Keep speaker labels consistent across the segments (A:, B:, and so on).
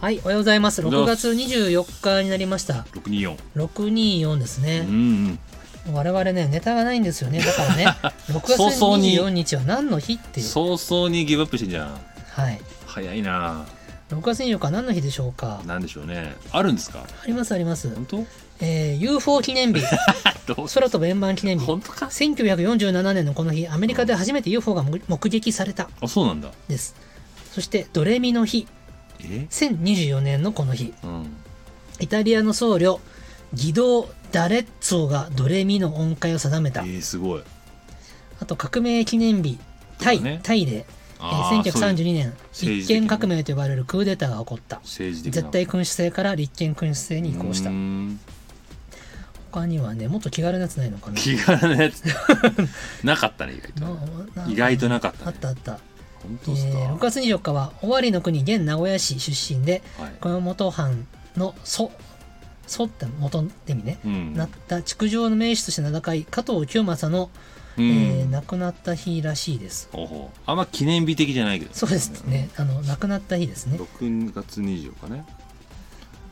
A: はい、おはようございます。
B: おはよう
A: 6
B: ございます
A: 月24日になりました。
B: 六二四。
A: 624です
B: う
A: ね。
B: ん
A: 我々ね、ネタがないんですよね。だ からね、6月
B: 早々に
A: 24日は何の日って
B: うん。
A: いう。
B: 早々にギブアップしてんじゃん。
A: はい。
B: 早いな。
A: 6月24日は何の日でしょうか。
B: なんでしょうね。あるんですか。
A: ありますあります。
B: 本当？
A: えー、UFO 記念日、
B: どう
A: 空飛ぶ円盤記念日。
B: 本当か。
A: 1947年のこの日、アメリカで初めて UFO が目目撃された。
B: あ、そうなんだ。
A: です。そして、ドレミの日、
B: え？
A: 1024年のこの日、
B: うん。
A: イタリアの僧侶、ギドー・ダレッツォがドレミの音階を定め
B: え
A: た。
B: ー、すごい。
A: あと革命記念日タイ、
B: そうだね
A: タイで、え
B: あ
A: ー
B: ーそういう
A: 1932年
B: そういう政
A: 立
B: 治的
A: 憲
B: な
A: 革命と呼ばれるクーデターが起こった
B: 政治的な。
A: 絶対君主制から立憲君主制に移行した
B: うーん
A: 他にはねもっと気軽なやつないのかな
B: 気軽なや つ。なかったね意外とね。
A: なな
B: 意外となかっ
A: あ
B: た
A: っ
B: ね。
A: たあった、
B: 本
A: え
B: 当ですか。
A: ー6月24日は尾張の国現名古屋市出身で
B: はい。
A: 熊本藩の祖祖って元って意味ね、
B: うん。
A: なった築城の名手として名高い加藤清正の、
B: うん
A: えー亡くなった日らしいです
B: おほあんま記念日的じゃないけど
A: そうですねあの亡くなった日ですね
B: 6月24日ね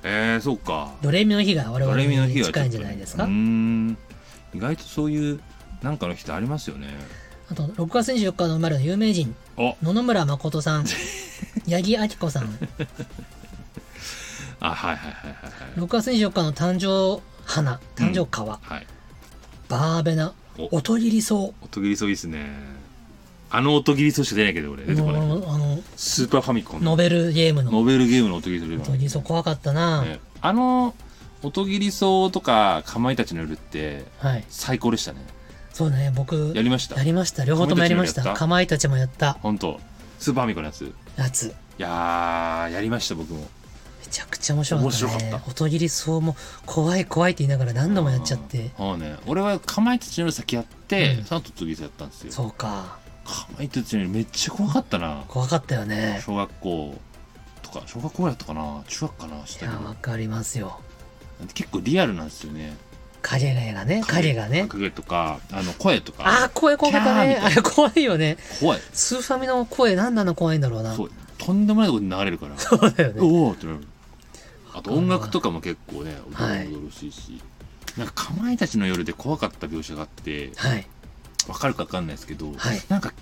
B: えー、そうか
A: ドレミの日が我
B: ド
A: 々
B: レミの日
A: に
B: はちょっと
A: 近いんじゃないですか、
B: うーん意外とそういうなんかの日ってありますよね
A: あと6月24日の生まれの有名人
B: あ
A: 野々村誠さん八木亜希子さん6
B: あはいはいはいはいはい
A: 月24日の誕生花誕生花は、
B: はい
A: バーベナ
B: お
A: 音切り草
B: 音切りそうですねあの音切りそうしか出ないけど俺出てこない
A: のあの
B: スーパーファミコン
A: ノ
B: の
A: ベルゲームの
B: ノベルゲームの音切りそう出てこ
A: 音
B: ない
A: 切り草怖かったな、
B: ねあの音切りそうとかかまいたちの夜って
A: はい
B: 最高でしたね
A: そうだね僕
B: やりました
A: やりました両方ともやりました
B: か
A: かまいたちもやった
B: 本当スーパーファミコンのやつ
A: やつ
B: いやーやりました僕も
A: めちゃくちゃ面白かったね
B: 面白かった
A: 音切り草も怖い怖いって言いながら何度もやっちゃって
B: うんそうね俺はかまいたちの夜先やって、
A: うん
B: その後次やったんですよ
A: そうか
B: かまいたちの夜めっちゃ怖かったな
A: 怖かったよね
B: 小学校とか小学校ぐらいだったかな中学かなし
A: い
B: た
A: や
B: け
A: わかりますよ
B: ど結構リアルなんですよね
A: 影がね影がね
B: 影とかあの声と
A: あ
B: か
A: あ声怖かったね
B: キャーみ
A: あ
B: たい
A: れ怖いよね
B: 怖い
A: スーファミの声なんであんな怖いんだろうなそ
B: そ
A: う
B: とんでもないとこに流れるから
A: うだよね
B: おおってなるあと音楽とかも結構ね
A: はい
B: 驚々しいし、なんかかまいたちの夜で怖かった描写があって
A: はい
B: わかるかわかんないですけど、
A: はい
B: なんか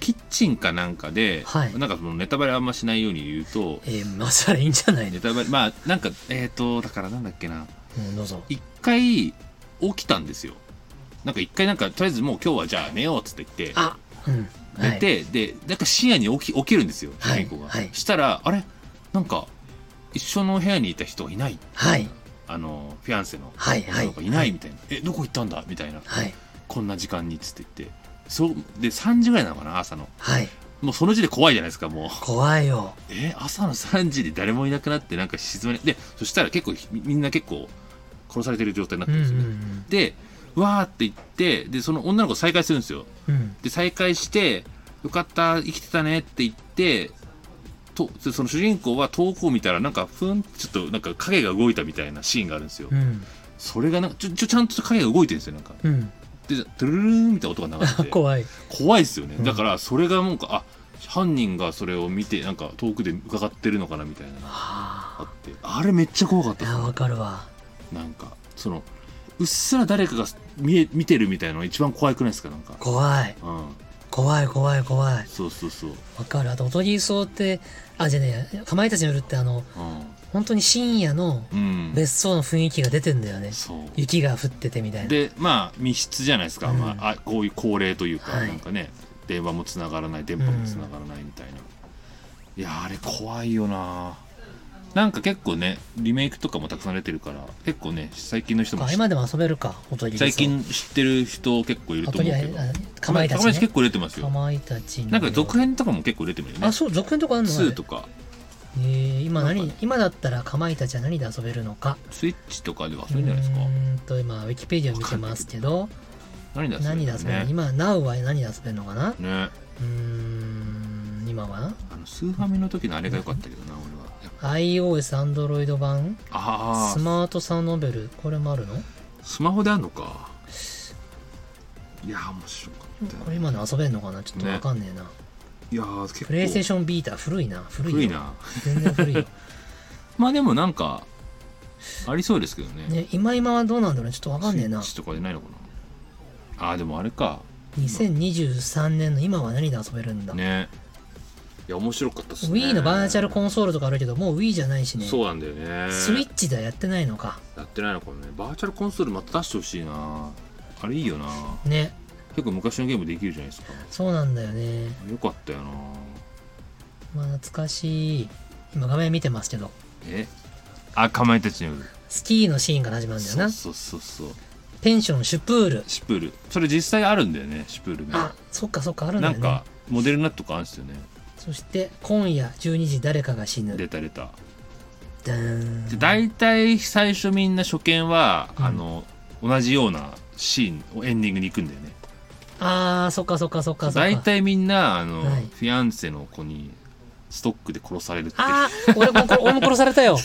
B: キッチンかなんかで、
A: はい
B: なんかそのネタバレあんましないように言うと
A: えー、まさらいいんじゃないの
B: ネタバレまあなんかえっ、とだからなんだっけな
A: うんどうぞ
B: 一回起きたんですよなんか一回なんかとりあえずもう今日はじゃあ寝ようっつって言って
A: あうんは
B: 寝
A: い
B: て、でなんか深夜に起き起きるんですよ主
A: はい
B: 人公が、
A: はい
B: したらあれなんか一緒の部屋にいた人がいない
A: はい
B: あのフィアンセの
A: はいは
B: 女
A: い
B: の子がいないみたいな、えどこ行ったんだみたいな
A: はい
B: こんな時間にっつって言ってそうで3時ぐらいなのかな朝の
A: はい
B: もうその時点で怖いじゃないですかもう
A: 怖いよ
B: え朝の3時で誰もいなくなってなんか静まりでそしたら結構みみんな結構殺されてる状態になっ
A: う
B: て
A: んうん
B: る
A: ん
B: ですよね、でわーって言ってでその女の子再会するんですよ
A: うんうん
B: で再会してよかった生きてたねって言ってとその主人公は遠くを見たらなんかふんってちょっとなんか影が動いたみたいなシーンがあるんですよ、
A: うん
B: それがなんかちょちょちゃんと影が動いてるんですよなんか
A: うん
B: でドゥルルルーンみたいな音が流れ
A: あ
B: て
A: 怖い
B: 怖いですよね、
A: うん
B: だからそれがなんかあ犯人がそれを見てなんか遠くで伺ってるのかなみたいなのがあ
A: あ
B: ってあれめっちゃ怖かっ
A: ーい
B: た
A: やわかるわ
B: なんかそのうっすら誰かが見え見てるみたいなのが一番怖くないですかなんか
A: 怖い
B: うん
A: 怖い怖い怖い
B: そうそうそう、
A: わかるあと音切り草ってあじゃあねかまいたちの夜ってあの本当に深夜の
B: うん、うん、
A: 別荘の雰囲気が出てんだよね
B: そう
A: 雪が降っててみたいな
B: でまあ密室じゃないですか、
A: うん
B: まあ、あこういう高齢というか、
A: はい
B: なんかね電話もつながらない電波もつながらないみたいな、いやーあれ怖いよななんか結構ねリメイクとかもたくさん出てるから結構ね最近の人
A: そっ
B: も
A: か
B: 知っ
A: 今でも遊べるか音切り草
B: 最近知ってる人結構いる
A: あ
B: と
A: と
B: 思う
A: りあ
B: け
A: え
B: ど
A: ずかまいたち、
B: かまいた
A: ね
B: ち結、構出てます
A: か
B: よ
A: まいたちの
B: なんか続編とかも結構出てもいるね
A: あそう続編とかあるの
B: 2とか
A: えー今
B: なん
A: 何、
B: か
A: 今だったらかまいたちは何で遊べるのか
B: スイッチとかでは遊べるんじゃないですか
A: うーんと今ウィキペディアを見てますけど
B: 何で遊べる
A: 何
B: ん
A: で
B: だ
A: 遊
B: ろう
A: べる
B: ね
A: 今 Now は何で遊べるのかなう
B: ね
A: ーん今は
B: あのスーファミの時のあれが良かったけどな俺はやっ
A: iOS アンドロイド版
B: ぱあ
A: ス
B: あ
A: マートサノベルこれもあるの
B: スマホであんのかいやー面白かったよ
A: これ今の遊べんのかなちょっとわかんねえな。
B: いやー結構
A: プレイステーションビーター古いな。古いよ
B: 古いな
A: 全然古いよ。
B: まあでもなんかありそうですけどね
A: ね、今今はどうなんだろうねちょっとわかんねえな
B: スイッチとかでないのかなあーでもあれか
A: 2023年の今は何で遊べるんだ、
B: ねいや面白かったっすね
A: Wii のバーチャルコンソールとかあるけどもう Wii じゃないしね
B: そうなんだよね
A: スイッチではやってないのか
B: やってないのかもねバーチャルコンソールまた出してほしいなあれいいよな
A: ね
B: 結構昔のゲームできるじゃないですか
A: そうなんだよね
B: よかったよな
A: まあ懐かしい今画面見てますけど
B: えあかまいたちの夜
A: スキーのシーンから始まるんだよ
B: そう
A: な
B: そうそうそう
A: ペンションシュプール
B: シュプールそれ実際あるんだよねシュプールね
A: あそっかそっかあるんだ
B: な
A: よ
B: ん
A: ね
B: かモデルになったとかあるんですよね
A: そして今夜12時誰かが死ぬ
B: 出た出た
A: だーん
B: で大体最初みんな初見は、
A: うん
B: あの同じようなシーンをエンディングに行くんだよね
A: あーそっかそっかそっかそっか
B: 大体みんなあの、
A: はい
B: フィアンセの子にストックで殺されるって
A: あー俺もこ俺も殺され たよ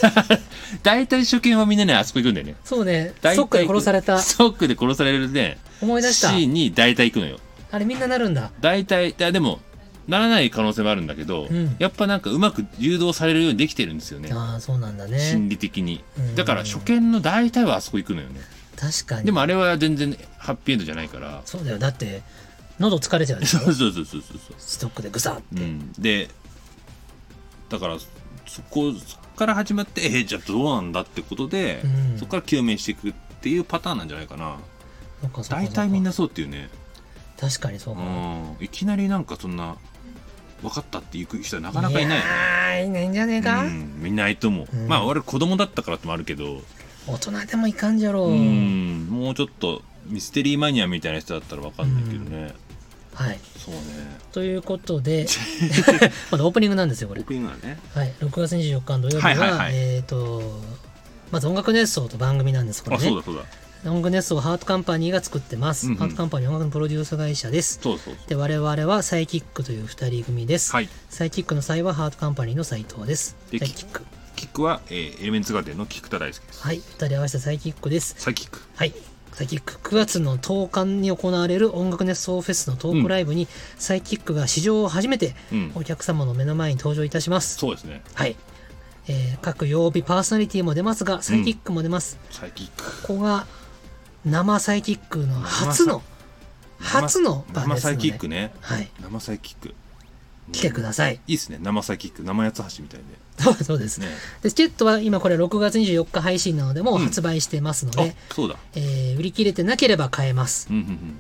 B: 大体初見はみんなねあそこ行くんだよね
A: そうね
B: 大体
A: そっかで殺され た
B: ストックで殺されるね
A: 思い出し
B: シ
A: た
B: ーンに大体行くのよ
A: あれみんななるんだ
B: 大体いやでもならない可能性もあるんだけど、
A: うん
B: やっぱなんかうまく誘導されるようにできてるんですよね
A: ああそうなんだね
B: 心理的に
A: うん
B: だから初見の大体はあそこ行くのよね
A: 確かに
B: でもあれは全然ハッピーエンドじゃない から
A: そうだよだって喉疲れちゃうでし
B: そ
A: ょ
B: うそうそうそうそうそ
A: ストックでグサ
B: う、うん、でだからそこそこから始まってえーじゃあどうなんだってことで、
A: うん
B: そこから究明していくっていうパターンなんじゃないかな
A: そっかそっかそっか
B: 大体みんなそうっていうね、
A: 確かにそう
B: う
A: かも
B: ん、いきなりなんかそんな分かったって行く人はなかなかいないよね
A: やーいないんじゃねえか、
B: うん、いないと思う、
A: うん
B: まあ俺子供だったからってもあるけど
A: 大人でもいかんじゃろ
B: う
A: う、
B: んもうちょっとミステリーマニアみたいな人だったら分かんないけどね、
A: はい
B: そうね
A: ということで まだオープニングなんですよこ
B: オー
A: れ
B: プニングだね
A: はい、6月24日の土曜日は、
B: はいはいはい
A: えっ、と、まず音楽熱奏と番組なんです、これ
B: あそう
A: ね
B: だ。そうだ
A: 音楽熱奏はハートカンパニーが作ってます。
B: うんうん
A: ハートカンパニーは音楽のプロデュース会社です。
B: そうそうそう
A: で、我々はサイキックという2人組です。
B: はい
A: サイキックの際はハートカンパニーの斉藤です。サ
B: で
A: イキック。
B: キックは、えーエレメンツガーデンの菊田大輔です
A: はい、2人合わせてサイキックです。
B: サイキック
A: はい。サイキック9月の10日に行われる音楽熱奏フェスのトークライブに、サイキックが史上初めて
B: うん
A: お客様の目の前に登場いたします。
B: そうですね
A: はい、えー各曜日パーソナリティも出ますがサイキックも出ます、
B: サイキック
A: ここが生サイキックの初の初の場
B: 生
A: です
B: サ
A: の
B: イ
A: で
B: キックね
A: はい
B: 生サイキック
A: 来てください
B: いいですね生サイキック生八つ橋みたい
A: そう そうです
B: でね
A: でチケットは今これ6月24日配信なのでもううん発売してますので、
B: あそうだ
A: えー売り切れてなければ買えます、
B: うんうん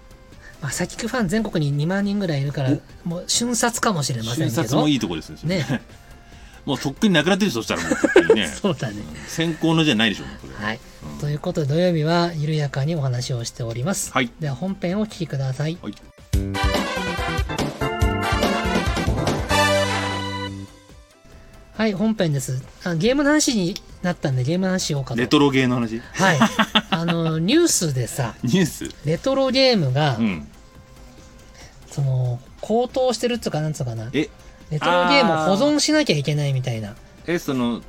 A: まあ、サイキックファン全国に2万人ぐらいいるからもう瞬殺かもしれ
B: うん
A: ません
B: 瞬
A: け
B: 殺
A: ど
B: もいいとこですね
A: ね
B: もうとっくになくなってるそしたらもうとっ くにね
A: そうだね
B: 先行のじゃないでしょうねこれ
A: はい、
B: うん
A: ということで土曜日は緩やかにお話をしております、
B: はい
A: では本編をお聞きください
B: はい
A: はい、本編ですあ。ゲームの話になったんで、ゲームの話しようかと。
B: レトロゲーの話
A: はい。あの、ニュースでさ、
B: ニュース
A: レトロゲームが、
B: うん
A: その、高騰してるっつうか、なんつうかな。レ
B: え
A: トロゲームを保存しなきゃいけないみたいな。
B: えその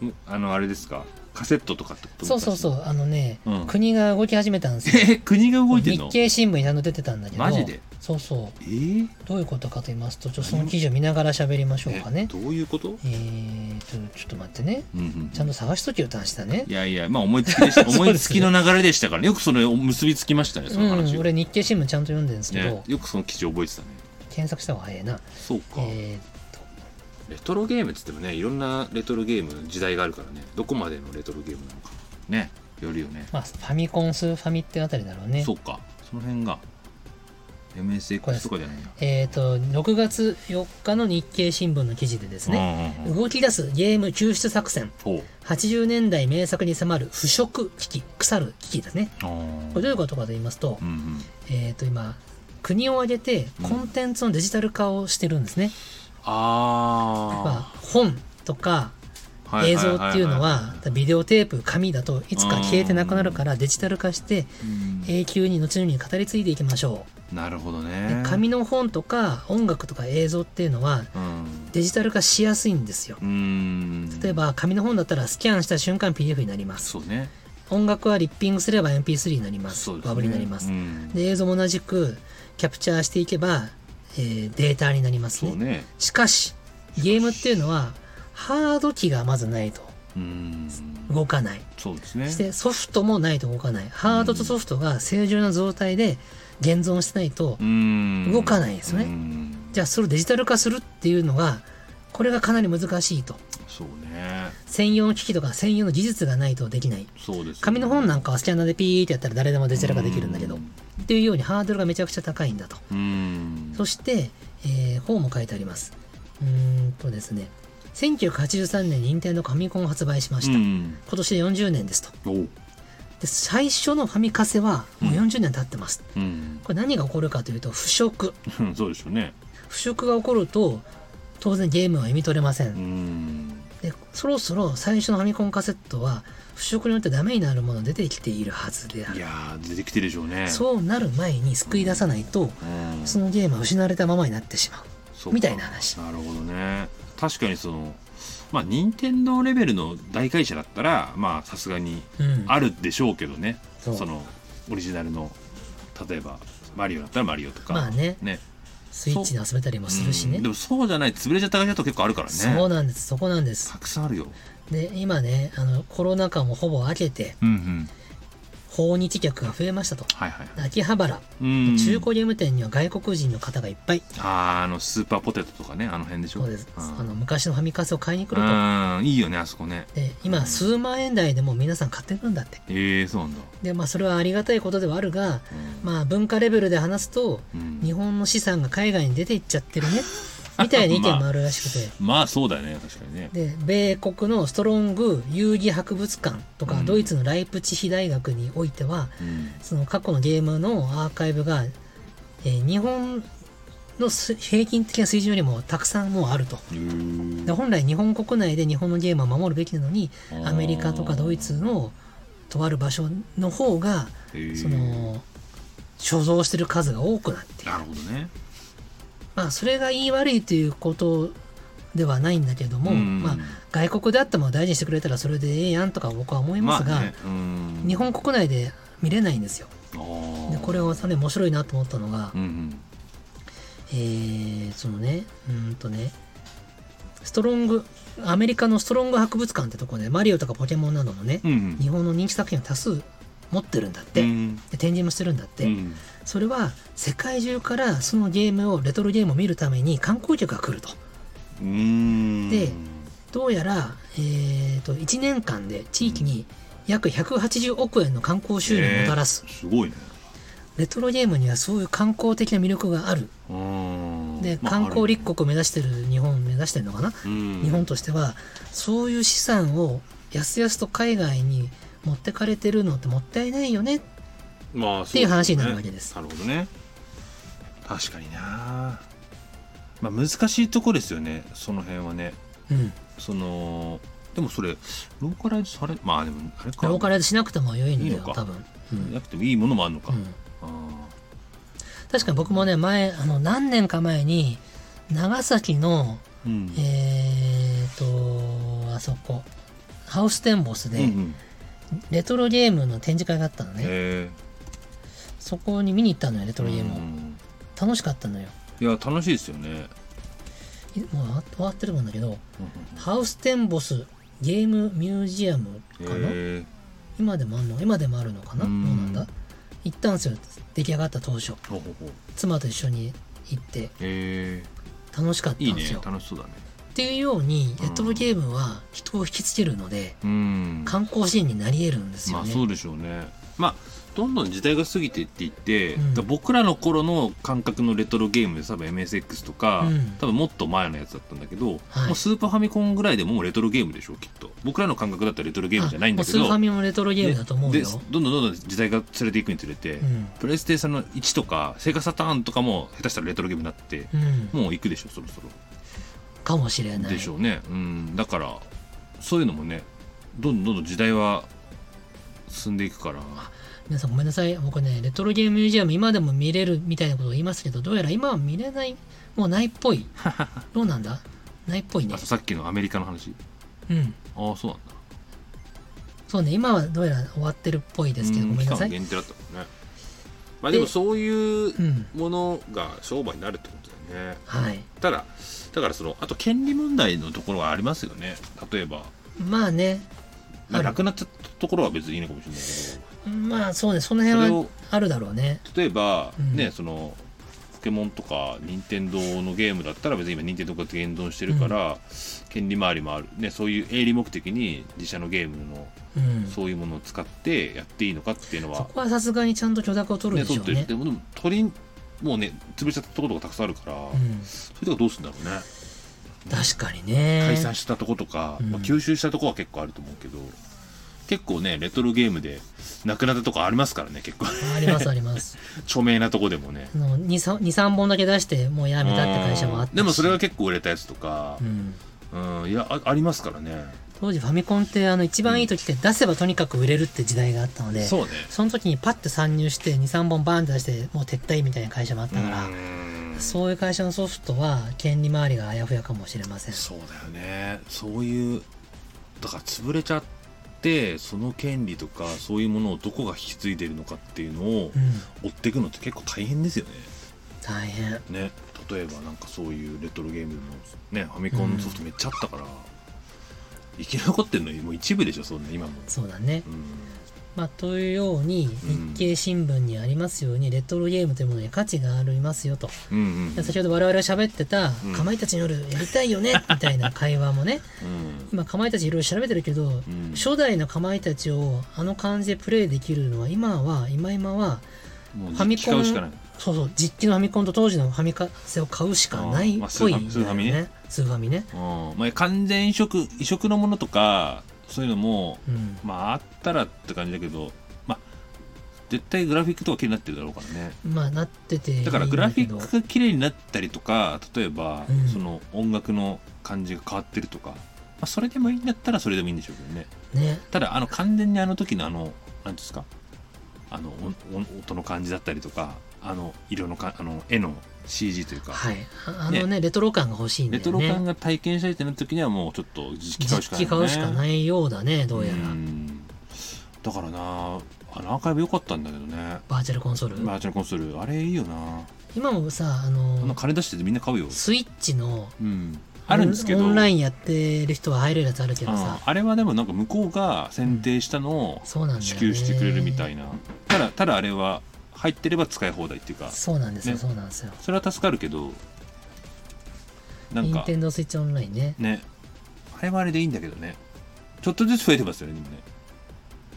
B: むあのあれですかカセットとかってこと
A: そうそうそう、あのね、
B: うん
A: 国が動き始めたんですよ。
B: え国が動いてんの
A: 日経新聞にあの出てたんだけど、
B: マジで
A: そうそう。
B: えー
A: どういうことかと言いますと、ちょっとその記事を見ながら喋りましょうか
B: え
A: ね。
B: どういうこと
A: えーと、ちょっと待ってね。
B: うんうん
A: ちゃんと探しときよって話だね
B: い。やいやまあ思いつきでし
A: そ
B: た、
A: うですね
B: 思いつきの流れでしたからねよくそれを結びつきましたねそうの
A: ん
B: 話、を
A: 俺日経新聞ちゃんと読んでるんですけど、
B: ね、よくその記事覚えてたね
A: 検索した方が早いな。
B: そうか、
A: えーっと、
B: レトロゲームっつってもねいろんなレトロゲームの時代があるからねどこまでのレトロゲームなのかねよるよね
A: まあ、ファミコン、スーファミってあたりだろうね
B: そ。うかその辺が MSX とかじゃないんだ
A: えっ、と、6月4日の日経新聞の記事でですね、
B: うんうんうん
A: 動き出すゲーム救出作戦、
B: ほう
A: 80年代名作に迫る腐食危機、腐る危機ですね。
B: あ
A: これどうい
B: ー
A: うことかと言いますと
B: う、んうん
A: えっ、と、今、国を挙げて
B: うん
A: コンテンツのデジタル化をしてるんですね。
B: あ
A: まあ、本とか
B: あ、は
A: 映像っていうのは、ビデオテープ、紙だといつか消えてなくなるからデジタル化して
B: うん
A: 永久に後のように語り継いでいきましょう。
B: なるほど
A: で
B: ね
A: 紙の本とか音楽とか映像っていうのは
B: うん
A: デジタル化しやすいんですよ
B: うん
A: 例えば紙の本だったらスキャンした瞬間 PDF になります
B: そうね
A: 音楽はリッピングすれば MP3 になります
B: そうですね
A: バブリになります、
B: うん
A: で映像も同じくキャプチャーしていけば、えーデータになります
B: そ
A: ね
B: うね
A: しかしゲームっていうのはハード機がまずないと
B: うん
A: 動かない。
B: そうですね
A: そしてソフトもないと動かない。ハードとソフトが正常な状態で現存してないと、
B: うん
A: 動かないですね
B: うん
A: じゃあそれをデジタル化するっていうのが、これがかなり難しいと。
B: そうね
A: 専用の機器とか専用の技術がないとできない。
B: そうですね
A: 紙の本なんかはスキャナーでピーってやったら誰でもデジタル化できるんだけど、
B: う
A: っていうようにハードルがめちゃくちゃ高いんだと。
B: うん
A: そして、えー本も書いてあります。うーんとですね、1983年に任天堂ファミコンを発売しました。
B: う
A: 今
B: ん
A: 年で40年ですと。
B: お
A: で、最初のファミカセはもう40年経ってます。
B: うん
A: これ何が起こるかというと、腐食。
B: そうでしょうね
A: 腐食が起こると、当然ゲームは読み取れません
B: う。ん
A: でそろそろ最初のファミコンカセットは腐食によってダメになるものが出てきているはずであ
B: い
A: る
B: やー出てきてるでしょうね
A: そうなる前に救い出さないと
B: うん
A: そのゲームは失われたままになってしまう
B: そうか
A: みたいな話
B: なるほどね確かにそのまあ任天堂レベルの大会社だったらまあさすがに
A: うん
B: あるでしょうけどね、
A: そう
B: そのオリジナルの例えばマリオだったらマリオとか
A: まあね
B: ね
A: スイッチで遊べたりもするし
B: う
A: ね
B: んでもそうじゃない潰れちゃった会社と結構あるからね
A: そうなんですそこなんです
B: たくさんあるよ
A: で今ねあのコロナ禍もほぼ明けて
B: うんうん
A: 訪日客が増えましたと
B: はいはいはい
A: 秋葉原
B: うん
A: 中古ゲーム店には外国人の方がいっぱい
B: あーあのスーパーポテトとかねあの辺でしょ
A: そうです
B: ん
A: あの昔のファミカセを買いに来ると
B: うんいいよねあそこね
A: で今数万円台でもう皆さん買ってくんだって
B: ええそうなんだ、
A: でまあそれはありがたいことではあるが
B: うん
A: まあ文化レベルで話すと
B: うん
A: 日本の資産が海外に出ていっちゃってる ねみたいな意見もあるらしくて、
B: まあそうだね確かにね
A: で米国のストロング遊戯博物館とか、
B: うん
A: ドイツのライプチヒ大学においては
B: うん
A: その過去のゲームのアーカイブが、えー日本のす平均的な水準よりもたくさんもうあると。
B: うーん
A: で本来日本国内で日本のゲームを守るべきなのに
B: あー
A: アメリカとかドイツのとある場所の方が
B: へー
A: その所蔵してる数が多くなっている
B: なるほどね
A: まあそれがいい悪いということではないんだけども、
B: うん
A: まあ、外国であっても大事にしてくれたらそれでええやんとか僕は思いますが、
B: あねうん
A: 日本国内で見れないんですよ。
B: あー
A: でこれはさね面白いなと思ったのが、
B: うんうん
A: えー、そのねうーんとねストロングアメリカのストロング博物館ってとこでマリオとかポケモンなどのね、
B: うんうん
A: 日本の人気作品を多数持ってるんだって、
B: うん
A: で展示もしてるんだって、
B: うん
A: それは世界中からそのゲームをレトロゲームを見るために観光客が来ると
B: うーん
A: でどうやら、えー、と1年間で地域に約180億円の観光収入をもたらす、
B: えーすごいね
A: レトロゲームにはそういう観光的な魅力がある
B: うーん
A: で
B: まあ
A: 観光立国を目指してる日本を目指してるのかな、
B: あるねうん
A: 日本としてはそういう資産をやすやすと海外に持ってかれてるのってもったいないよね
B: まあ、って
A: いう話になるわけです
B: なるほどね。確かにな。まあ、難しいとこですよね。その辺はね。
A: うん
B: その。でも、それ。ローカライズされ。まあ、でも、あれか。
A: ローカライズしなくても良いんだ
B: いいの
A: よ
B: か
A: 多分、うん
B: なくてもいいものもあるのか。
A: うん
B: あ
A: 確かに僕もね前あの何年か前に長崎の
B: ーうん。
A: えー、とあそこハウステンボス
B: う
A: で
B: んうん。
A: レトロゲームの展示会があったのね、
B: え
A: そこに見に行ったのよレト
B: え。
A: ロゲームを、
B: うん
A: 楽しかったのよ
B: いや、楽しいですよね。
A: いもうあ終わってるもんだけど
B: うんうん
A: ハウステンボスゲームミュージアムかな、
B: え
A: 今でもあんの今でもあるのかな、
B: うん
A: どうなんだ行ったんですよ出来上がった当初
B: え。ほうほうほう。
A: 妻と一緒に行って
B: え
A: 楽しかっ
B: え。
A: た
B: いい
A: んで
B: ね
A: すよ。
B: 楽しそうだね。
A: っていうように
B: うん
A: レトロゲームは人を引きつけるので、
B: うん。
A: 観光シーンになり得るんです
B: ま
A: よ
B: あ
A: ね。
B: そうでしょうねまあどんどん時代が過ぎていっていって、
A: うん
B: だから僕らの頃の感覚のレトロゲームで多分 MSX とか、
A: うん
B: 多分もっと前のやつだったんだけど、
A: はい
B: もうスーパーファミコンぐらいでもうレトロゲームでしょうきっと僕らの感覚だったらレトロゲームじゃないんだけ
A: あもうスー
B: ど
A: ファミもレトロゲームだと思う
B: で
A: よ
B: で。どんどんどんどん時代が連れていくにつれて、
A: うん
B: プレイステーションの1とかセガサターンとかも下手したらレトロゲームになって、
A: うん、
B: もう行くでしょそろそろ、
A: かもしれない。
B: でしょうねうんだからそういうのもねどんどんどんどん時代は進んでいくから
A: 皆さんごめんなさい。僕ね、レトロゲームミュージアム今でも見れるみたいなことを言いますけど、どうやら今は見れない、もうないっ ぽい。どうなんだないっぽいね
B: あと。さっきのアメリカの話
A: うん。
B: ああそうなんだ
A: そうね、今はどうやら終わってるっぽいですけど、
B: うん
A: ごめんなさ
B: 期間
A: い。
B: 限定だったもんねまあでも
A: で
B: そういう
A: うん。
B: ものが商売になるってことだよね
A: はい。
B: ただだからそのあと権利問題のところはありますよね例えば
A: まあね
B: まあ、
A: ある
B: なくなっちゃったところは別にいいのかもしれないけど
A: まあそうねその
B: それ
A: 辺は
B: を
A: あるだろうね
B: 例えば、
A: うん
B: ねそのポケモンとか任天堂のゲームだったら別に今任天堂が現存してるから、権利回りもある、ね、そういう営利目的に自社のゲームの
A: うんそ
B: そういうものを使ってやっていいのかっていうのは、
A: こはさすがにちゃんと許諾を取る
B: ね
A: でし
B: 取
A: ょ
B: っ
A: う
B: て
A: ね
B: るでもでも取りもうね潰しちゃったところがたくさんあるから、
A: うん
B: そういうとこどうするんだろうね
A: 確かにね
B: 解散したとことか、
A: うん
B: まあ、吸収したとこは結構あると思うけど結構ねレトロゲームでなくなったとこありますからね結構
A: ありますあります
B: 著名なとこでもね
A: 23本だけ出してもうやめたって会社もあった
B: うんでもそれ
A: は、
B: が結構売れたやつとか
A: う、ん、
B: うんいやあありますからね
A: 当時ファミコンってあの一番いい時って出せばとにかく売れるって時代があったので
B: そうね
A: その時にパッと参入して23本バーンって出してもう撤退みたいな会社もあったから、
B: うん
A: そういう会社のソフトは権利回りがあやふやかもしれません
B: そうだよねそういうだから潰れちゃってその権利とかそういうものをどこが引き継いでるのかっていうのを
A: うん
B: 追っていくのって結構大変ですよね
A: 大変
B: ね例えばなんかそういうレトロゲームの、ね、ファミコンのソフトめっちゃあったから、生き残ってるのもう一部でしょそんな今も、
A: そうだね
B: うん、
A: まあというように
B: うん
A: 日経新聞にありますように、レトロゲームというものに価値がありますよと
B: うんうん
A: で先ほど我々が喋ってた、
B: うん
A: かまいたちの夜やりたい よねみたいな会話もね
B: うん
A: 今かまいたちいろいろ調べてるけど、
B: うん
A: 初代のかまいたちをあの感じでプレイできるのは今は今今は
B: もう
A: ファミコン
B: 実機買うしかない
A: そうそう実機のファミコンと当時のファミカセを買うしかないっ
B: あー
A: ぽい
B: まあ
A: んだよね
B: スーファミね
A: スーファミね
B: うんまあ、完全移植移植のものとかそういうのも
A: うん
B: まああったらって感じだけどまあ絶対グラフィックとか綺麗になってるだろうからね
A: まあなってていいん
B: だ
A: だ
B: からグラフィッ
A: けど
B: クが綺麗になったりとか例えば、
A: うん
B: その音楽の感じが変わってるとか、まあ、それでもいいんだったらそれでもいいんでしょうけどね
A: ね
B: ただあの完全にあの時のあの何ていうんですかあのおお音の感じだったりとかあの色のかあの絵の CG というか、
A: はいああのねレトロ感が欲しいんだ
B: レ
A: よね
B: トロ感が体験したいってなった時にはもうちょっと時期買うしか
A: 実
B: ない、ね、
A: 機買うしかないようだねどうやら
B: んだからなあのアーカイブ良かったんだけどね
A: バーチャルコンソール
B: バーチャルコンソールあれいいよな
A: 今もさあ
B: あんな
A: の
B: 金出してみんな買うよ
A: スイッチの
B: うんあるんですけど
A: オンラインやってる人は入れるやつあるけど
B: あ
A: さ
B: あれはでもなんか向こうが選定したのを
A: そうなんだよね
B: 支給してくれるみたいな、ただただあれは入ってれば使い放題っていうか
A: そうなんですよ
B: ね
A: そうなんですよ
B: それは助かるけどなん
A: 任
B: か
A: 天堂スイッチオンラインね
B: ねあれはあれでいいんだけどねちょっとずつ増えてますよねでもね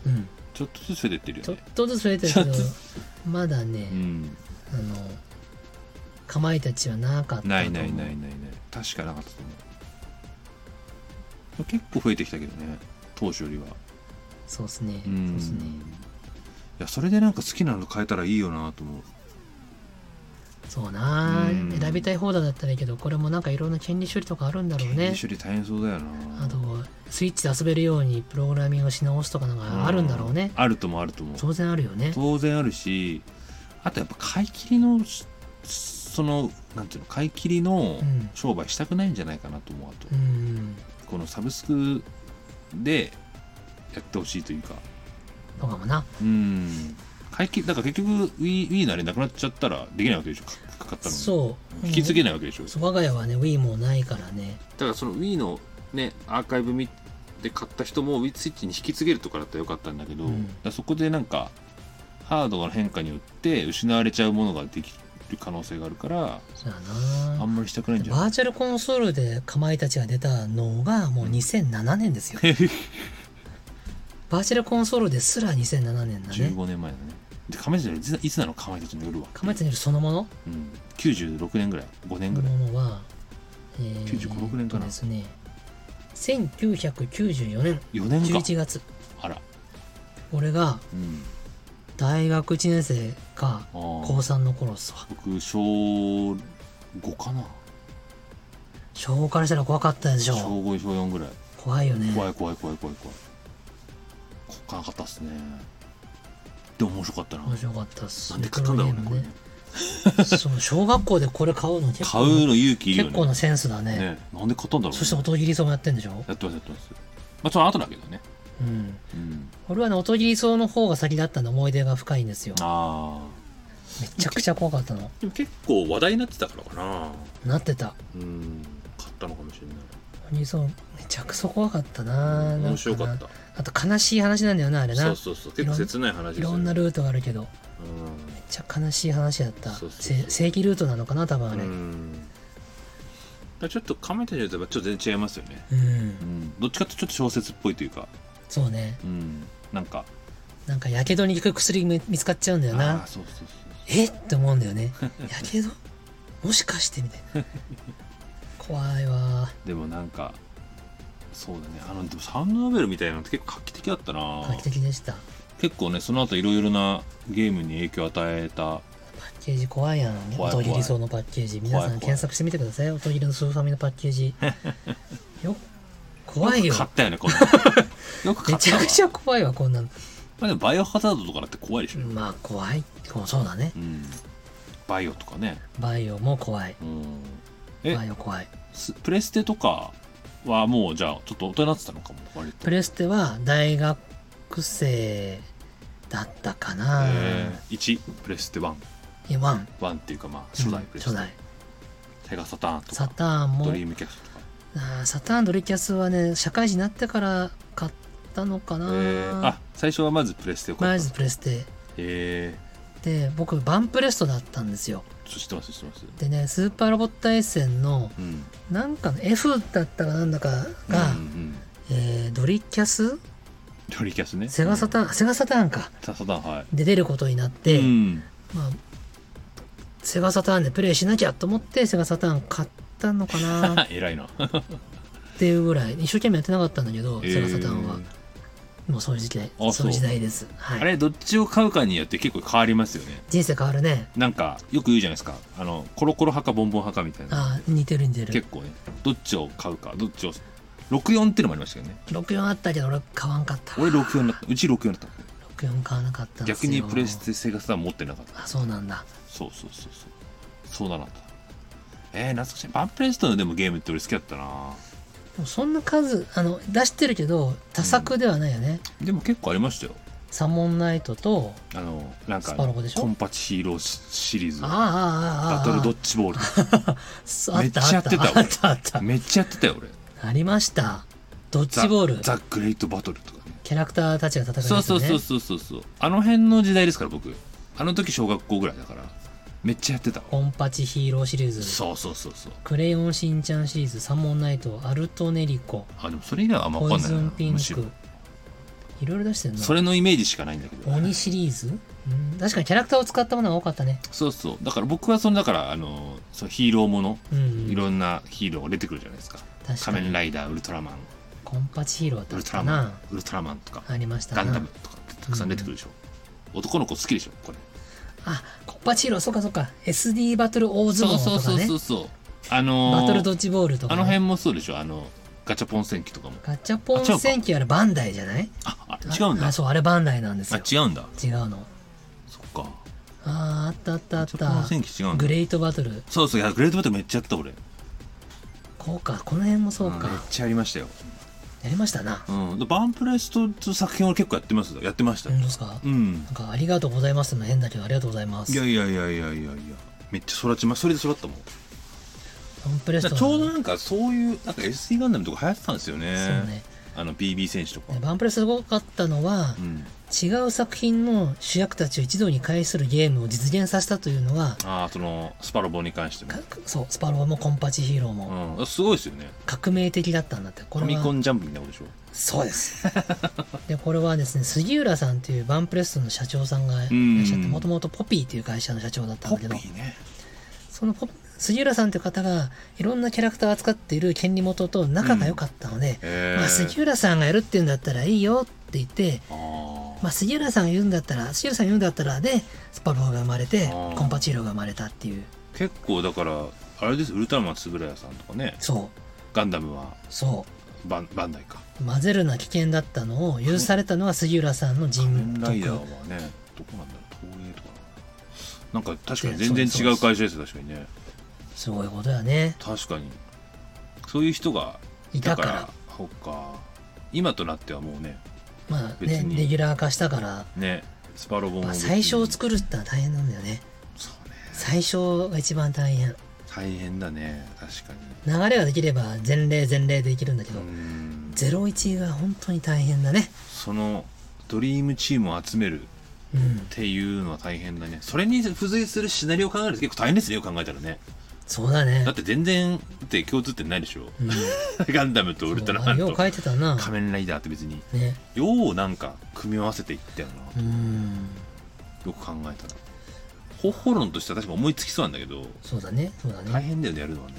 A: うん
B: ちょっとずつ増えてってる
A: ち
B: よ
A: ょっ
B: ね
A: とずつ増えてるけど
B: ちょっ
A: まだね
B: うん
A: あのかまいたちはなかったと思
B: な
A: う
B: いないないないない確かなかったと思う結構増えてきたけどね当初よりは
A: そうですね
B: う
A: そうで
B: ん
A: すね
B: いやそれでなんか好きなの変えたらいいよなと思う
A: そうなあ
B: うん
A: 選びたい放題だったらいいけどこれもなんかいろんな権利処理とかあるんだろう
B: 権
A: ね
B: 利処理大変そうだよな
A: あとスイッチで遊べるようにプログラミングをし直すとかなんかあるんだろうね
B: あるともあるとも
A: 当然あるよね
B: 当然あるしあとやっぱ買い切りのしそのなんていうの買い切りの
A: うん
B: 商売したくないんじゃないかなと思うあと、
A: うん
B: このサブスクでやってほしいというか
A: とかもな
B: うん買い切りだから結局 Wii Wii のあれなくなっちゃったらできないわけでしょかかかったのに
A: そう
B: 引き継げ
A: うん
B: ないわけでしょ、
A: そう我が家はね Wii もないからね
B: だからその Wii のねアーカイブ見で買った人も Wii スイッチに引き継げるとかだったらよかったんだけど、
A: うん
B: だからそこでなんかハードの変化によって失われちゃうものができる可能性があるから
A: そうや
B: あ
A: なん
B: まりしたくないんじゃ
A: バ
B: ない
A: ーチャルコンソールでかまいたちが出たのがもう2007年ですよバーチャルコンソールですら2007年だね
B: 15年前だねで亀井たちのいついつなの亀井たちの夜は
A: かまいたちの夜そのもの
B: うん、96年ぐらい5年ぐらい、
A: ものは、えー
B: 95 6年か
A: えっ
B: な
A: とですね1994年
B: 4年か
A: 11月
B: あら、
A: 俺が
B: うん、
A: 大学1年生か
B: あ
A: 高
B: ー
A: 3の頃っすわ
B: 僕小5かな
A: 小5からしたら怖かったでし
B: 小
A: ょ
B: 5小4ぐらい
A: 怖いよね
B: 怖い怖い怖い怖い怖いこっかなかったっすねでも面白かったな
A: 面白かったっす
B: なんで買ったんだろうねこれね
A: そう小学校でこれ買うの結構
B: 買うの勇気いるよ
A: 結
B: ね
A: 構なセンスだね
B: ねなんで買ったんだろう、ね、
A: そして音切りそうもやってんでしょ
B: やってますやってますまあその後だけどね、
A: うん
B: うん、
A: 俺はね音切りそうの方が先だったんで思い出が深いんですよ
B: ああ
A: めちゃくちゃ怖かったの
B: でも結構話題になってたからかな
A: なってた
B: うん買ったのかもしれない
A: ミソめちゃくそ怖かったな,、
B: 面白かっ
A: なん
B: た
A: なあと悲しい話なんだよなあれな
B: そうそうそう結構切ない話です
A: い
B: よ
A: ろ
B: ね
A: んなルートがあるけどめっちゃ悲しい話だった
B: そうそう
A: せ正規ルートなのかな多分
B: う
A: あ
B: ん
A: れ
B: う
A: うん、
B: んだからちょっと「仮面たちの歌」とはちょっと全然違いますよね、うん、どっちかっていうとちょっと小説っぽいというか、
A: そうね
B: うん、なんか
A: なんかやけどに効く薬見見つかっちゃうんだよ
B: ああ
A: な
B: ーそうそうそうそう
A: えって思うんだよ ねやけどもしかしてみたいな怖いわ
B: でもなんかそうだねあのでもサウンドノベルみたいなのって結構画期的だったな
A: 画期的でした
B: 結構ねその後いろいろなゲームに影響を与えた
A: パッケージ怖いやん
B: 怖い
A: 音切りそうのパッケージ
B: 怖い
A: 皆さん
B: 怖い
A: 検索してみてください音切りのスーファミのパッケー ジよ怖いよ
B: 買ったよ ねこんなのよく買
A: め
B: っ
A: ち
B: た
A: ゃ
B: わ
A: くちゃ怖いわこんなの
B: まあでもバイオハザードとかだって怖いでしょ、
A: まあ怖いそうそうだね
B: うん、バイオとかね、
A: バイオも怖い
B: うん、え
A: バイオ怖い
B: すプレステとかはもうじゃあちょっと大人になってたのかも割と
A: プレステは大学生だったかな
B: えー、1プレステ11
A: えワン
B: ワンっていうかまあ初代プレステ、
A: 初代
B: セガサターンと
A: サ
B: か
A: ターンも
B: ドリームキャストとか
A: あーサターンドリキャスはね社会人になってから買ったのかな、
B: えー、あ最初はまずプレステを
A: ま
B: 買った
A: ずプレステ
B: え
A: で僕バンプレストだったんですよ
B: ー、知ってます知ってます
A: でねスーパーロボット対戦の
B: うん
A: なんかの F だったかなんだかが、
B: うんうん、
A: えードリキャス
B: ドリキャスね
A: セガサターン、セガサターンか
B: うんササターンはい
A: で出ることになって、
B: うん、
A: まあ、セガサターンでプレイしなきゃと思ってセガサターン買ったのかなっ
B: 偉いな
A: ていうぐらい一生懸命やってなかったんだけど、 セガサターンは
B: えー
A: もうそういう時代
B: そう
A: そういう時代です、はい、
B: あれどっちを買うかによって結構変わりますよね
A: 人生変わるね
B: なんかよく言うじゃないですかあのコロコロ派かボンボン派かみたいな
A: あー似てる似てる
B: 結構ねどっちを買うかどっちを64っていうのもありましたけどね
A: 64あったけど俺買わんかった
B: 俺64だったうち64だった
A: 64買わなかったんです
B: 逆
A: よ
B: にプレステセガサターン持ってなかった
A: あそうなんだ
B: そうそうそうそうそうだなとえー、懐かしいバンプレストのでもゲームって俺好きだったな
A: でもそんな数あの出してるけど多作ではないよね、
B: でも結構ありましたよ
A: サモンナイトと
B: あのなんか
A: スパロボでしょ
B: コンパチヒーローシリーズバ
A: ああああああ
B: トルド
A: あ
B: ッジボールと
A: あ
B: め
A: っ
B: っち
A: た
B: ゃ
A: あ
B: や
A: っ
B: ってた
A: たあったあった
B: かめっちゃやってたよ俺
A: ありましたドッジボール
B: ザ・ザグレイトバトルとかね
A: キャラクターたちが戦うやつね
B: そうそうそうそうそうそうあの辺の時代ですから僕あの時小学校ぐらいだからめっちゃやってたわ
A: コンパチヒーローシリーズ
B: そうそうそうそう
A: クレヨンしんちゃんシリーズサモンナイトアルトネリコ
B: あでもそれ以外はあんま分
A: ポイ
B: かんない
A: ズ
B: な
A: ンピン
B: むしろ
A: クいろいろ出してるな
B: それのイメージしかないんだけど
A: 鬼シリーズうん確かにキャラクターを使ったものが多かったね
B: そうそうだから僕はそのだからあのそのヒーローもの
A: うんうん
B: いろんなヒーローが出てくるじゃないですか
A: 確か
B: 仮
A: に
B: 面ライダーウルトラマン
A: コンパチヒーロー
B: ウ
A: だっ
B: ル
A: た
B: ト
A: か
B: ラマン
A: な
B: ウルトラマンとか
A: ありました
B: ガ
A: な
B: ンダムとかってたくさん出てくるでしょ、男の子好きでしょこれ
A: あコンパチヒーローそうかそうか SD バトル大相撲とかね
B: そうそうそうそうあのー
A: バトルドッジボールとか
B: あ
A: ね、
B: の辺もそうでしょあのガチャポン戦記とかも
A: ガチャポン戦記あれバンダイじゃない
B: ああ違うんだ
A: あそうあれバンダイなんです
B: あ
A: よ
B: 違うんだ
A: 違うの
B: そっか
A: あーあったあったあっ
B: ガチャポン
A: た
B: 戦記違うんだ
A: グレートバトル
B: そうそういやグレートバトルめっちゃやってた俺
A: こうかこの辺もそうか
B: んめっちゃやりましたよ、
A: やりましたな
B: うん、でバンプレストの作品は結構やってますやってました
A: 本当ですか
B: うん
A: なんかありがとうございますの変だけどありがとうございま
B: い
A: す
B: や
A: コ
B: いやいやいやいやいやめっちゃ育ちまそれで育ったもん
A: ンプレス
B: だ
A: ト
B: から
A: の
B: ちょうどなんかそういうなんか SD ガンダムとか流行ってたんですよね
A: そうね
B: あの BB 選手とか、
A: ねバンプレストすごかったのは、
B: うん、
A: 違う作品の主役たちを一堂に会するゲームを実現させたというのが
B: ああそのスパロボに関しても
A: かそうスパロボもコンパチヒーローも
B: うん、すごいですよね
A: 革命的だったんだってこ
B: ファ
A: れ
B: ミコ
A: は
B: ンジャンプみたいなことでし
A: そうです でこれはですね杉浦さんというバンプレストの社長さんがいらっしゃって
B: うん
A: もともとポピーという会社の社長だった
B: ょ
A: んだけど
B: ね
A: そのポ杉浦さんという方がいろんなキャラクターを扱っている権利元と仲が良かったので、
B: え
A: まあ、杉浦さんがやるっていうんだったらいいよって言って、
B: あー
A: まあ、杉浦さんが言うんだったら杉浦さんが言うんだったらでスパロボが生まれて
B: あー
A: コンパチーロが生まれたっていう
B: 結構だからあれですウルトラマン円谷さんとかね
A: そう
B: ガンダムは
A: そ
B: バンバンダイか
A: う混ぜるな危険だったのを許されたのは杉浦さんの人
B: 仮面ライダーは
A: 徳
B: ねどこなんだろう東映とかななんか確かに全然違う会社です確かにね
A: すごいことやね
B: 確かにそういう人が
A: い
B: い
A: た
B: た
A: か
B: かららそっか今となってはもうね
A: まあ
B: 別
A: ね
B: に
A: レギュラー化したから、
B: ねスパロボも
A: まあ、
B: 別に
A: 最初を作るってのは大変なんだよね
B: そうね
A: 最初が一番大変
B: 大変だね確かに
A: 流れができれば前例前例でいけるんだけど、
B: うん
A: 01が本当に大変だね
B: そのドリームチームを集めるっ
A: うん
B: ていうのは大変だねそれに付随するシナリオを考えると結構大変ですねよく考えたらね
A: そうだね
B: だって全然だって共通点ないでしょ
A: うん
B: ガンダムとウルトラマン
A: よ
B: と
A: う書いてたな
B: 仮面ライダーって別に
A: ね
B: ようなんか組み合わせていったよな
A: うん
B: よく考えたら方法論としては確か思いつきそうなんだけど
A: そうだねそうだね
B: 大変だよねやるのはね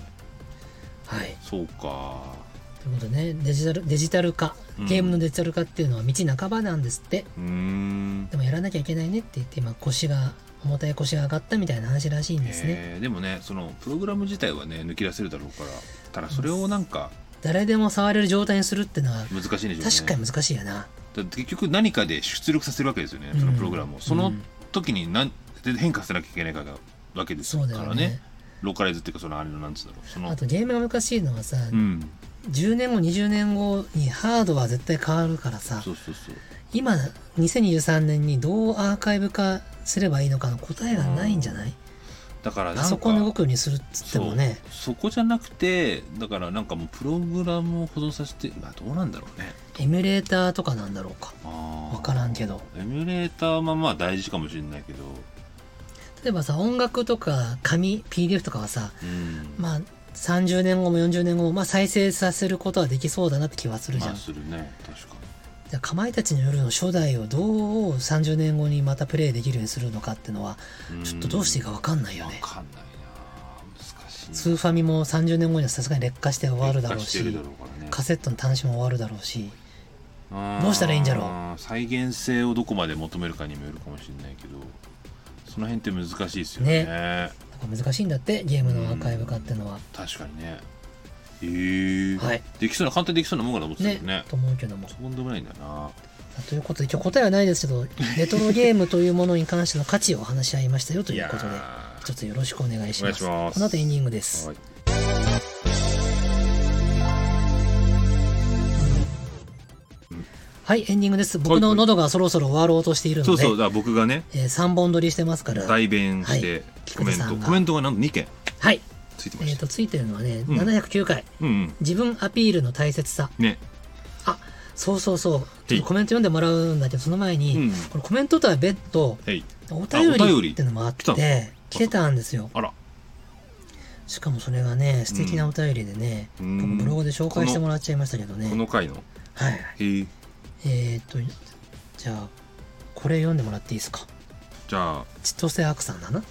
A: はい
B: そうか
A: ということでねデジタルデジタル化
B: うん
A: ゲームのデジタル化っていうのは道半ばなんですって、
B: うーん
A: でもやらなきゃいけないねって言って今腰が重たい腰が上がったみたいな話らしいんですね
B: えーでもねそのプログラム自体はね抜き出せるだろうからただそれをなんか
A: 誰でも触れる状態にするってのは
B: 難しいんでしょうね
A: 確かに難しいやな
B: だって結局何かで出力させるわけですよね
A: うん
B: そのプログラムを、そうの
A: ん
B: 時に何変化せなきゃいけないからわけです
A: そ
B: か
A: うだよ
B: らね
A: ね
B: ローカライズっていうかそのあれのなんつうんだろうその
A: あとゲームが難しいのはさ、
B: うん
A: 10年後20年後にハードは絶対変わるからさ
B: そうそうそう
A: 今2023年にどうアーカイブ化すればいいのかの答えがないんじゃない
B: だからなんか
A: パソコンで動くようにするっつってもね
B: そうそこじゃなくてだからなんかもうプログラムを保存させてまあどうなんだろうね
A: エミュレーターとかなんだろうか
B: あー
A: 分からんけど
B: エミュレーターはまあ大事かもしれないけど
A: 例えばさ音楽とか紙 PDF とかはさ
B: うん
A: まあ30年後も40年後も、まあ、再生させることはできそうだなって気はするじゃ
B: ま
A: ん、
B: あするね確か
A: じゃあかまいたちの夜の初代をどう30年後にまたプレイできるようにするのかってのは
B: に
A: ちょっとどうしていいか分かんない
B: い
A: よね
B: わかんないな難しいな
A: スーファミも30年後にはさすがに劣化して終わるだろう
B: 劣化て
A: し
B: るだろうからね
A: カセットの端子も終わるだろうし
B: あー
A: どうしたらいいんじゃろう
B: 再現性をどこまで求めるかにもよるかもしれないけどその辺って難しいですよね
A: なんか難しいんだってゲームのアーカイブ化ってのは、
B: 確かにねえー
A: はい
B: できそうな簡単にできそうなもんかと思ってたけ
A: ね
B: どね
A: と思うけども
B: そうでもないんだよな
A: ということで今日答えはないですけどレトロゲームというものに関しての価値をお話し合いましたよということで
B: やー
A: 一つよろしくお願いします
B: お願いします
A: この後エンディングです
B: はい
A: はいエンディングです僕の喉がそろそろ終わろうとしているので、
B: そうそうだから僕がね
A: え3本撮りしてますから
B: 代弁して
A: 菊
B: コメ
A: 池
B: ント、
A: さんが
B: コメントがなんと2件
A: はい
B: ついて
A: え
B: ま
A: ー、
B: した、
A: とついてるのはね、
B: うん
A: 709回
B: うん
A: 自分アピールの大切さ
B: うんね
A: あそうそうそうちょっとコメント読んでもらうんだけどその前に、
B: うん
A: これコメントとは別途
B: はい
A: お便
B: あお便
A: り
B: り
A: ってのもあって
B: 来たの
A: 来てたんですよ
B: あら
A: しかもそれがね素敵なお便りでね、
B: うん
A: 僕ブログで紹介してもらっちゃいましたけど
B: こ
A: ね
B: の回の
A: はい
B: えー
A: えー、っとじゃあこれ読んでもらっていいですか
B: じゃあ
A: 千歳アクさんだな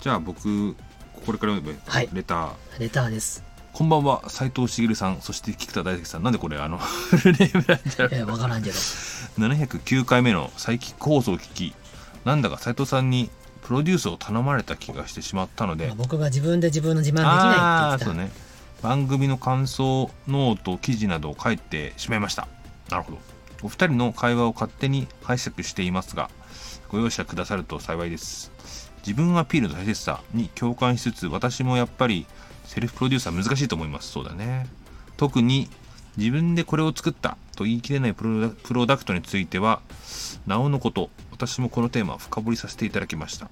B: じゃあ僕これから読めばいいのかな
A: はい
B: レター
A: レター です
B: こんばんは斉藤茂さんそして菊田大輔さんなんでこれあの フルネームなんだろう
A: えー、分からんけど
B: 709回目のサイキック放送を聞きなんだか斉藤さんにプロデュースを頼まれた気がしてしまったので、
A: まあ僕が自分で自分の自慢できな
B: あ
A: い
B: あ
A: って
B: そ
A: 言
B: う
A: って
B: ね番組の感想ノート記事などを書いてしまいましたなるほどお二人の会話を勝手に解釈していますがご容赦くださると幸いです自分アピールの大切さに共感しつつ私もやっぱりセルフプロデューサー難しいと思いますそうだね特に自分でこれを作ったと言い切れないプロダプロダクトについてはなおのこと私もこのテーマを深掘りさせていただきました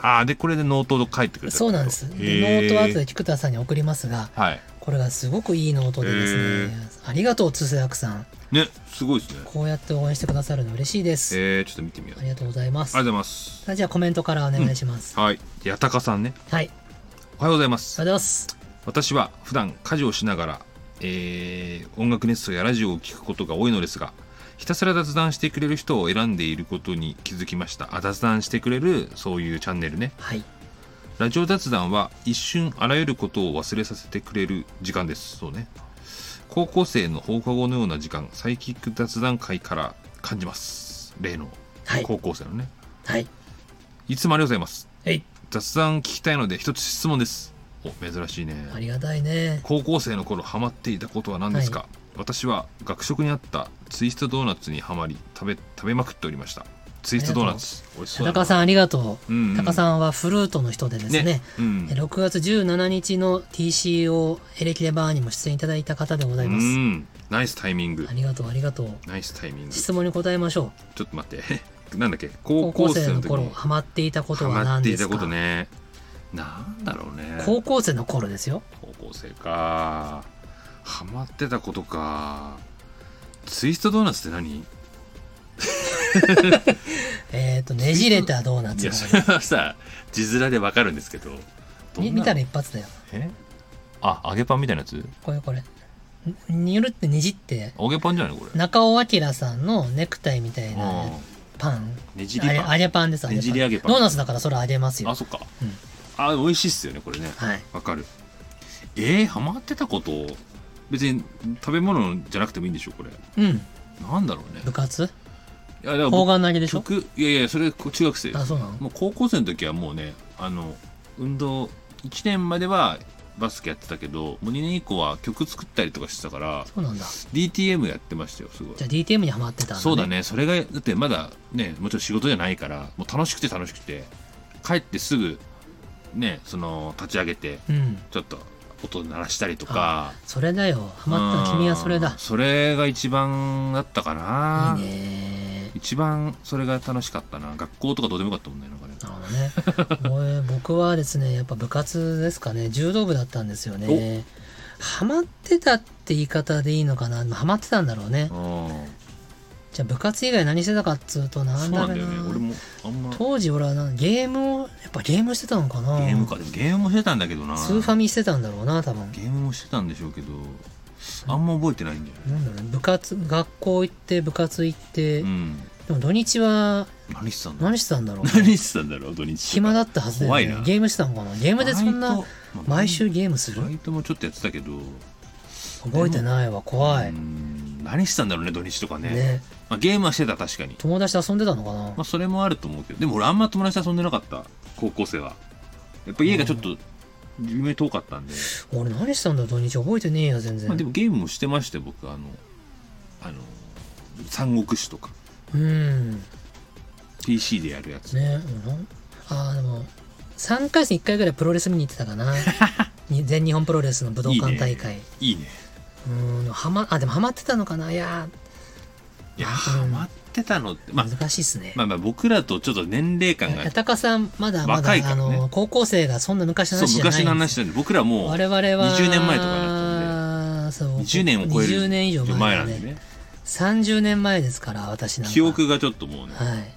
B: ああでこれでノートを書いてく
A: た
B: れた
A: そうなんですでノ
B: へ
A: ートは後
B: ー
A: で菊田さんに送りますが
B: はい
A: これがすごくいいノートでですね、ありがとうつせやくさん
B: ねすごいですね
A: こうやって応援してくださるの嬉しいです、
B: えー、ちょっと見てみよう
A: ありがとうございます
B: ありがとうございます
A: さあじゃあコメントからお願いします、
B: はい八高さんね
A: はい
B: おはようございま
A: そ
B: す
A: れではす
B: 私は普段家事をしながら、えー音楽熱唱やラジオを聴くことが多いのですがひたすら雑談してくれる人を選んでいることに気づきましたあ雑談してくれるそういうチャンネルね
A: はい
B: ラジオ雑談は一瞬あらゆることを忘れさせてくれる時間です。そうね。高校生の放課後のような時間、サイキック雑談会から感じます。例の
A: はい
B: 高校生のね。
A: はい
B: い、つもありがとうございます。
A: はい
B: 雑談聞きたいので一つ質問です。お、珍しいね。
A: ありがたいね
B: 高校生の頃ハマっていたことは何ですか、
A: は
B: 私は学食にあったツイストドーナツにはまり食べ食べまくっておりました。ツイストドーナツ。美味しそうだな。
A: 高さんありがとう、
B: うんうん
A: 高さんはフルートの人でですね
B: ね。うん
A: え。6月17日の TCO エレキレバーにも出演いただいた方でございます、
B: うん。ナイスタイミング
A: あ。りがとうありがとう
B: ナイスタイミング。
A: 質問に答えましょう
B: ちょっと待って。なんだっけ
A: 高
B: 高
A: 校
B: 校
A: 生
B: 生
A: の
B: の時
A: 頃
B: に
A: ハマっていたこと
B: ハ
A: は
B: マっ
A: 何
B: て
A: で
B: い
A: す
B: た
A: か
B: ことね。なんだろうね
A: 高校生の頃ですよ
B: 高校生かハマってたことかツイストドーナツって何
A: えっ、とねじれたドーナ
B: い
A: ツ
B: やそれはさ字面でわかるんですけどどん
A: み
B: な
A: 見たら一発だよ
B: えあ揚げパンみたいなやつ
A: これこれんにゅるってねじって
B: 揚げパンじゃないこれ
A: 中尾明さんのネクタイみたいなパン
B: うんねじり
A: あれ
B: パ
A: 揚
B: ン
A: げパンです
B: ねじり揚げパン
A: ドーナツだからそれ揚げますよ
B: あそっか、
A: うん
B: あ美味しいっすよねこれね
A: はい
B: わかるえー、ハマってたこと別に食べ物じゃなくてもいいんでしょこれ
A: うん
B: なんだろうね
A: 部活
B: いやだから
A: 砲
B: 僕
A: 丸投げでしょ
B: 曲いやいやそれ中学生
A: あそうなの
B: もう高校生の時はもうねあの運動1年まではバスケやってたけどもう2年以降は曲作ったりとかしてたから
A: そうなんだ
B: DTM やってましたよすごい
A: じゃあ DTM にはまってたんだ、ね、
B: そうだねそれがだってまだねもちろん仕事じゃないからもう楽しくて楽しくて帰ってすぐねその立ち上げて
A: うん
B: ちょっと音鳴らしたりとか
A: それだよハマったの君はそれ
B: う
A: だ
B: んそれが一番だったかない
A: いね
B: 一番それが楽しかったな学校とかどうでもよかったもんねなんか
A: なる
B: ね
A: ほどねもう僕はですねやっぱ部活ですかね柔道部だったんですよねハマってたって言い方でいいのかなハマってたんだろうね
B: うん
A: じゃあ部活以外何してたかっつうとな
B: そうん
A: だ
B: な
A: ろ
B: ん
A: う
B: だ
A: な
B: よね俺もあんま
A: 当時俺はなゲームをやっぱゲームしてたのかな
B: ゲームかでもゲームもしてたんだけどな
A: スーファミしてたんだろうな多分
B: ゲームもしてたんでしょうけどあんま覚えてないんだよね
A: なんだろうね部活学校行って部活行って、
B: うん
A: でも土日は
B: 何してたんだろう
A: 何してたんだろう
B: 何してたんだろう土日
A: 暇だったはずだよね
B: 怖いな
A: ゲームしてたのかなゲームでそん
B: バイ
A: な
B: トまあ
A: 毎週ゲームする
B: バイトもちょっとやってたけど
A: 覚えてないわ怖
B: う
A: い
B: ん何してたんだろうね土日とかね
A: ね
B: まあ、ゲームはしてた確かに
A: 友達と遊んでたのかな
B: まあ、それもあると思うけどでも俺あんま友達と遊んでなかった高校生はやっぱ家がちょっと自分より遠かったんで、
A: 俺何したんだ土日覚えてねえや全然
B: まあ、でもゲームもしてまして僕あのあの三国志とか
A: うんね
B: PC でやるやつ
A: うんあーでも3回戦1回ぐらいプロレス見に行ってたか なに全日本プロレスの武道館大会
B: いいね
A: うんはまあでもハマってたのかないや
B: いや
A: うん
B: ハマってたのって、
A: ー
B: まあ、
A: 難しいっすね、
B: まあまあ僕らとちょっと年齢感が
A: 八高さんまだまだ、
B: 若いか
A: あ
B: らね
A: の高校生がそんな昔の
B: そ
A: 話
B: う
A: じゃない
B: 昔の話
A: よ
B: なんで僕らもう
A: 我々は
B: 20年前とかにな
A: そう
B: 20年を超える
A: 20年以上前
B: 前
A: な
B: なんん
A: で
B: でね
A: 30年前ですから私なんか
B: 記憶がちょっともうね
A: はい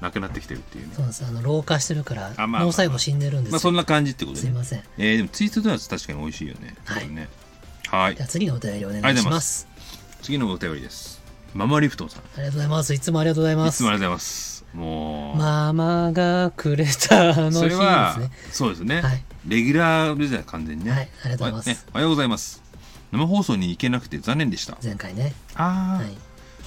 B: なくなってきてるっていうね
A: そうですあの老化してるから
B: あまあ
A: 脳細胞死んでるんです
B: まあ
A: よ、
B: そんな感じってこと
A: す
B: で
A: い
B: ね
A: ません
B: えー、でもツイートドーナツ確かに美味しいよね。
A: はい
B: これねはい
A: じゃあ次のお便りお願
B: あ
A: い
B: り
A: し
B: がとうござい
A: ま
B: ます次のお便りです。ママリフトンさん。い
A: ありがとうございますいつもありがとうございま
B: つ
A: す
B: もありがとうございます。もう、
A: ママがくれたあの日
B: そ
A: で
B: れ
A: すね
B: は、
A: は
B: そうですね、
A: はい
B: レギュラーですね、完全に
A: い
B: ね。
A: ありがとうございます、
B: ねおはようございます。生放送に行けなくて残念でした。
A: 前回ね
B: あー、
A: はい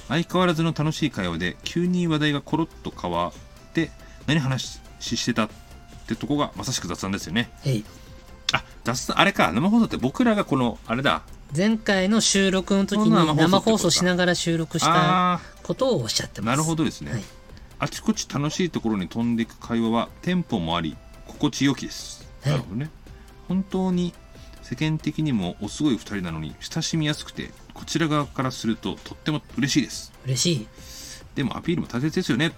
B: 相変わらずの楽しい会話で、急に話題がコロッと変わって、何話ししてたってとこがまさしく雑談ですよね。
A: えい
B: あ、雑談、あれか、生放送って僕らがこの、あれだ。
A: 前回の収録の時
B: そんな生放
A: に
B: 送ってこと
A: 生
B: か
A: 放送しながら収録した
B: あー
A: ことをおっしゃってます
B: なるほどですね、
A: はい
B: あちこち楽しいところに飛んでいく会話はテンポもあり心地よきです、
A: はい
B: なるほどね本当に世間的にもおすごい2人なのに親しみやすくてこちら側からするととっても嬉しいです
A: 嬉しい
B: でもアピールも大切ですよね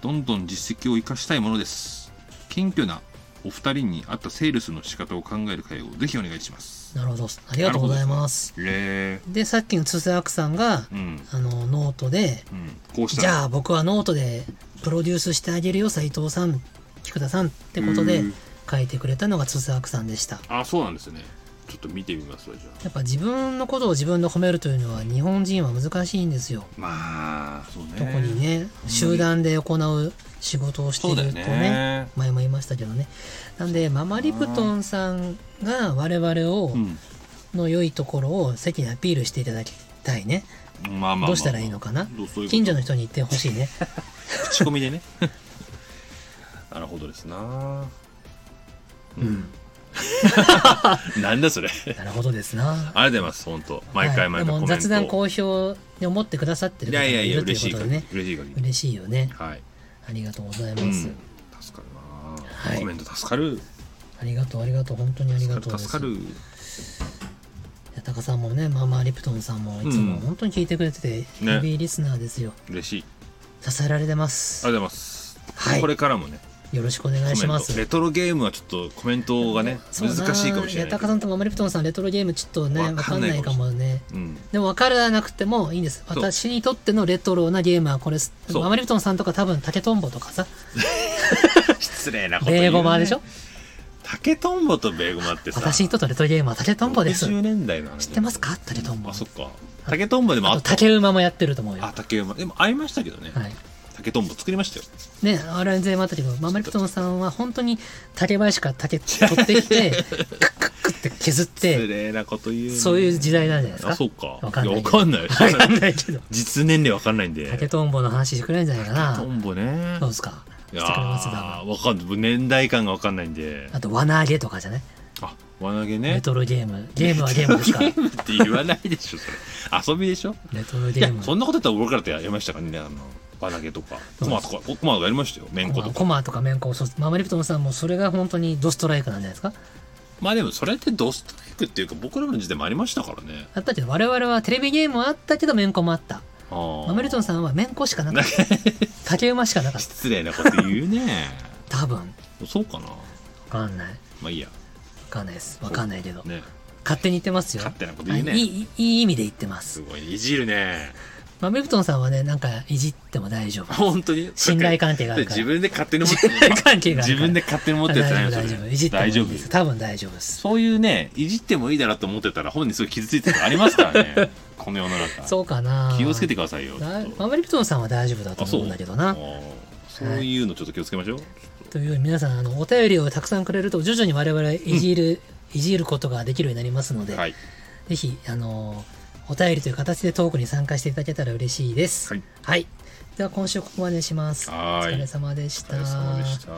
B: どんどん実績を生かしたいものです謙虚なお二人に合ったセールスの仕方を考える会をぜひお願いします
A: なるほどありがとうございます
B: れ
A: でさっきの通世アクさんが
B: ーうん
A: あのノートで
B: うんこうした
A: じゃあ僕はノートでプロデュースしてあげるよ斉藤さん菊田さんってことで
B: うん
A: 書いてくれたのが筒クさんでした
B: ああそうなんですねちょっと見てみますわじゃあ
A: やっぱ自分のことを自分で褒めるというのは日本人は難しいんですよ
B: まあそうね
A: 特にね集団で行う仕事をしていると
B: そうだよ
A: ね
B: ね
A: 前も言いましたけどねなんでママリプトンさんが我々を
B: う
A: の良いところを席にアピールしていただきたいね
B: んまあまあまあ、
A: どうしたらいいのかな
B: どうそういうこと
A: 近所の人に言ってほしいね
B: 口コミでねなるほどですな
A: うん
B: なんだそれありが
A: なるほどですな
B: とうございます本当毎回毎回
A: はいでも
B: コメント、
A: 雑談好評に思ってくださってる
B: い
A: 方
B: や
A: が
B: いや
A: い
B: い
A: る
B: や
A: とい
B: 嬉
A: う
B: しい
A: こと
B: か
A: で
B: ら
A: ね
B: 嬉しい限り
A: 嬉しいよね
B: はい、
A: ありがとうございうま
B: ん、
A: す、
B: 助かるな、
A: はい
B: コメント助かる
A: ありがとうありがとう本当にありがとうです
B: 助かる
A: いやタカさんもねママリプトンさんもいつも
B: うん
A: 本当に聞いてくれてて、ヘビーリスナーですよ
B: 嬉しいあり
A: 支えられてま
B: がと
A: す
B: うございます、
A: はい
B: これからもね
A: よろしくお願いしま
B: コメント
A: す
B: レトロゲームはちょっとコメントがね
A: そう
B: 難
A: だな
B: しいかもしれ
A: や
B: な
A: た
B: い
A: かさんとママレプトンさんレトロゲームちょっとね
B: わ
A: わ
B: か
A: か
B: ん
A: ん
B: な
A: ないい
B: か
A: か
B: も
A: もね
B: うん
A: でも分からなくてもいいんです
B: う
A: 私にとってのレトロなゲームはこれ
B: う
A: ママレプトンさんとか多分竹とんぼとかさ
B: 失礼なこと言う、ね、
A: ベーゴマでしょ
B: 竹とんぼとベーゴマってさ
A: 私にとってのレトロゲームは竹とんぼです
B: 60年代の話
A: 知ってますか竹とんぼ
B: あそっか竹とんぼでもあ
A: あ
B: っ
A: と
B: た
A: 竹馬もやってると思うよ
B: あ竹馬でも会いましたけどね、
A: はい
B: 竹とんぼ作りましたよ
A: ねあれは全然あったけどママレプトンさんは本当に竹林から竹取ってきてクックックって削っ
B: 失
A: て
B: 礼なこと言う、ね、
A: そういう時代なんじゃないですか
B: あそうか
A: わかんない
B: やわかんない
A: わかんないけど
B: 実年齢わかんないんで
A: 竹とんぼの話してくれないんじゃないか
B: ト
A: な
B: ンボね
A: そうですか
B: い
A: してくれ
B: や
A: ます
B: ー
A: だ
B: わかんない年代感がわかんないんで
A: あと罠あげとかじゃない
B: あ輪投げ
A: レ
B: ね
A: トロゲームゲームはゲームですから
B: ゲームって言わないでしょそれ遊びでしょ
A: レトロ
B: い
A: ゲ
B: や
A: ーム
B: そんなことやったら俺からってやりましたからねあの輪投げとかコマとかコマとかやりましたよめんこと
A: まあ
B: か
A: コマとかメンコそうママリプトンさんもそれが本当にドストライクなんじゃないですか
B: まあでもそれってドストライクっていうか僕らの時代もありましたからね
A: あったけど我々はテレビゲームはあったけどメンコもあった
B: ああ
A: ママリプトンさんはメンコしかなかった 竹馬しかなかった
B: 失礼なこと言うね
A: 多分わ
B: そうかな
A: かんないわ
B: まあいいや
A: かんないですわかんないけど
B: ね
A: 勝手に言ってますよ
B: 勝手なこと言うね
A: はいいいいい意味で言ってますす
B: ごいいじるね
A: ママリプトンさんはねなんかいじっても大丈夫
B: 本当に
A: 信頼関係があるから
B: 自分で勝手に持って
A: 信頼関係があるから
B: 自分で勝手に持ってるやつじゃない
A: 大
B: で
A: 丈夫大
B: す
A: 丈
B: よ
A: 夫いじってもいい
B: ね大丈夫
A: です多分大丈夫です
B: そういうねいじってもいいだろうと思ってたら本人すごい傷ついてるのありますか らねこの世の中
A: そうかな
B: 気をつけてくださいよちょっ
A: な
B: と
A: ママリプトンさんは大丈夫だと思うんだけどな
B: あーそういうのちょっと気をつけましょう、
A: というように皆さんあのお便りをたくさんくれると徐々に我々いじる、いじることができるようになりますので、
B: はい
A: ぜひあのお便りという形でトークに参加していただけたら嬉しいです。
B: はい、
A: では今週ここまでにします。お
B: はーい
A: 疲れ様でし
B: お疲れ様でした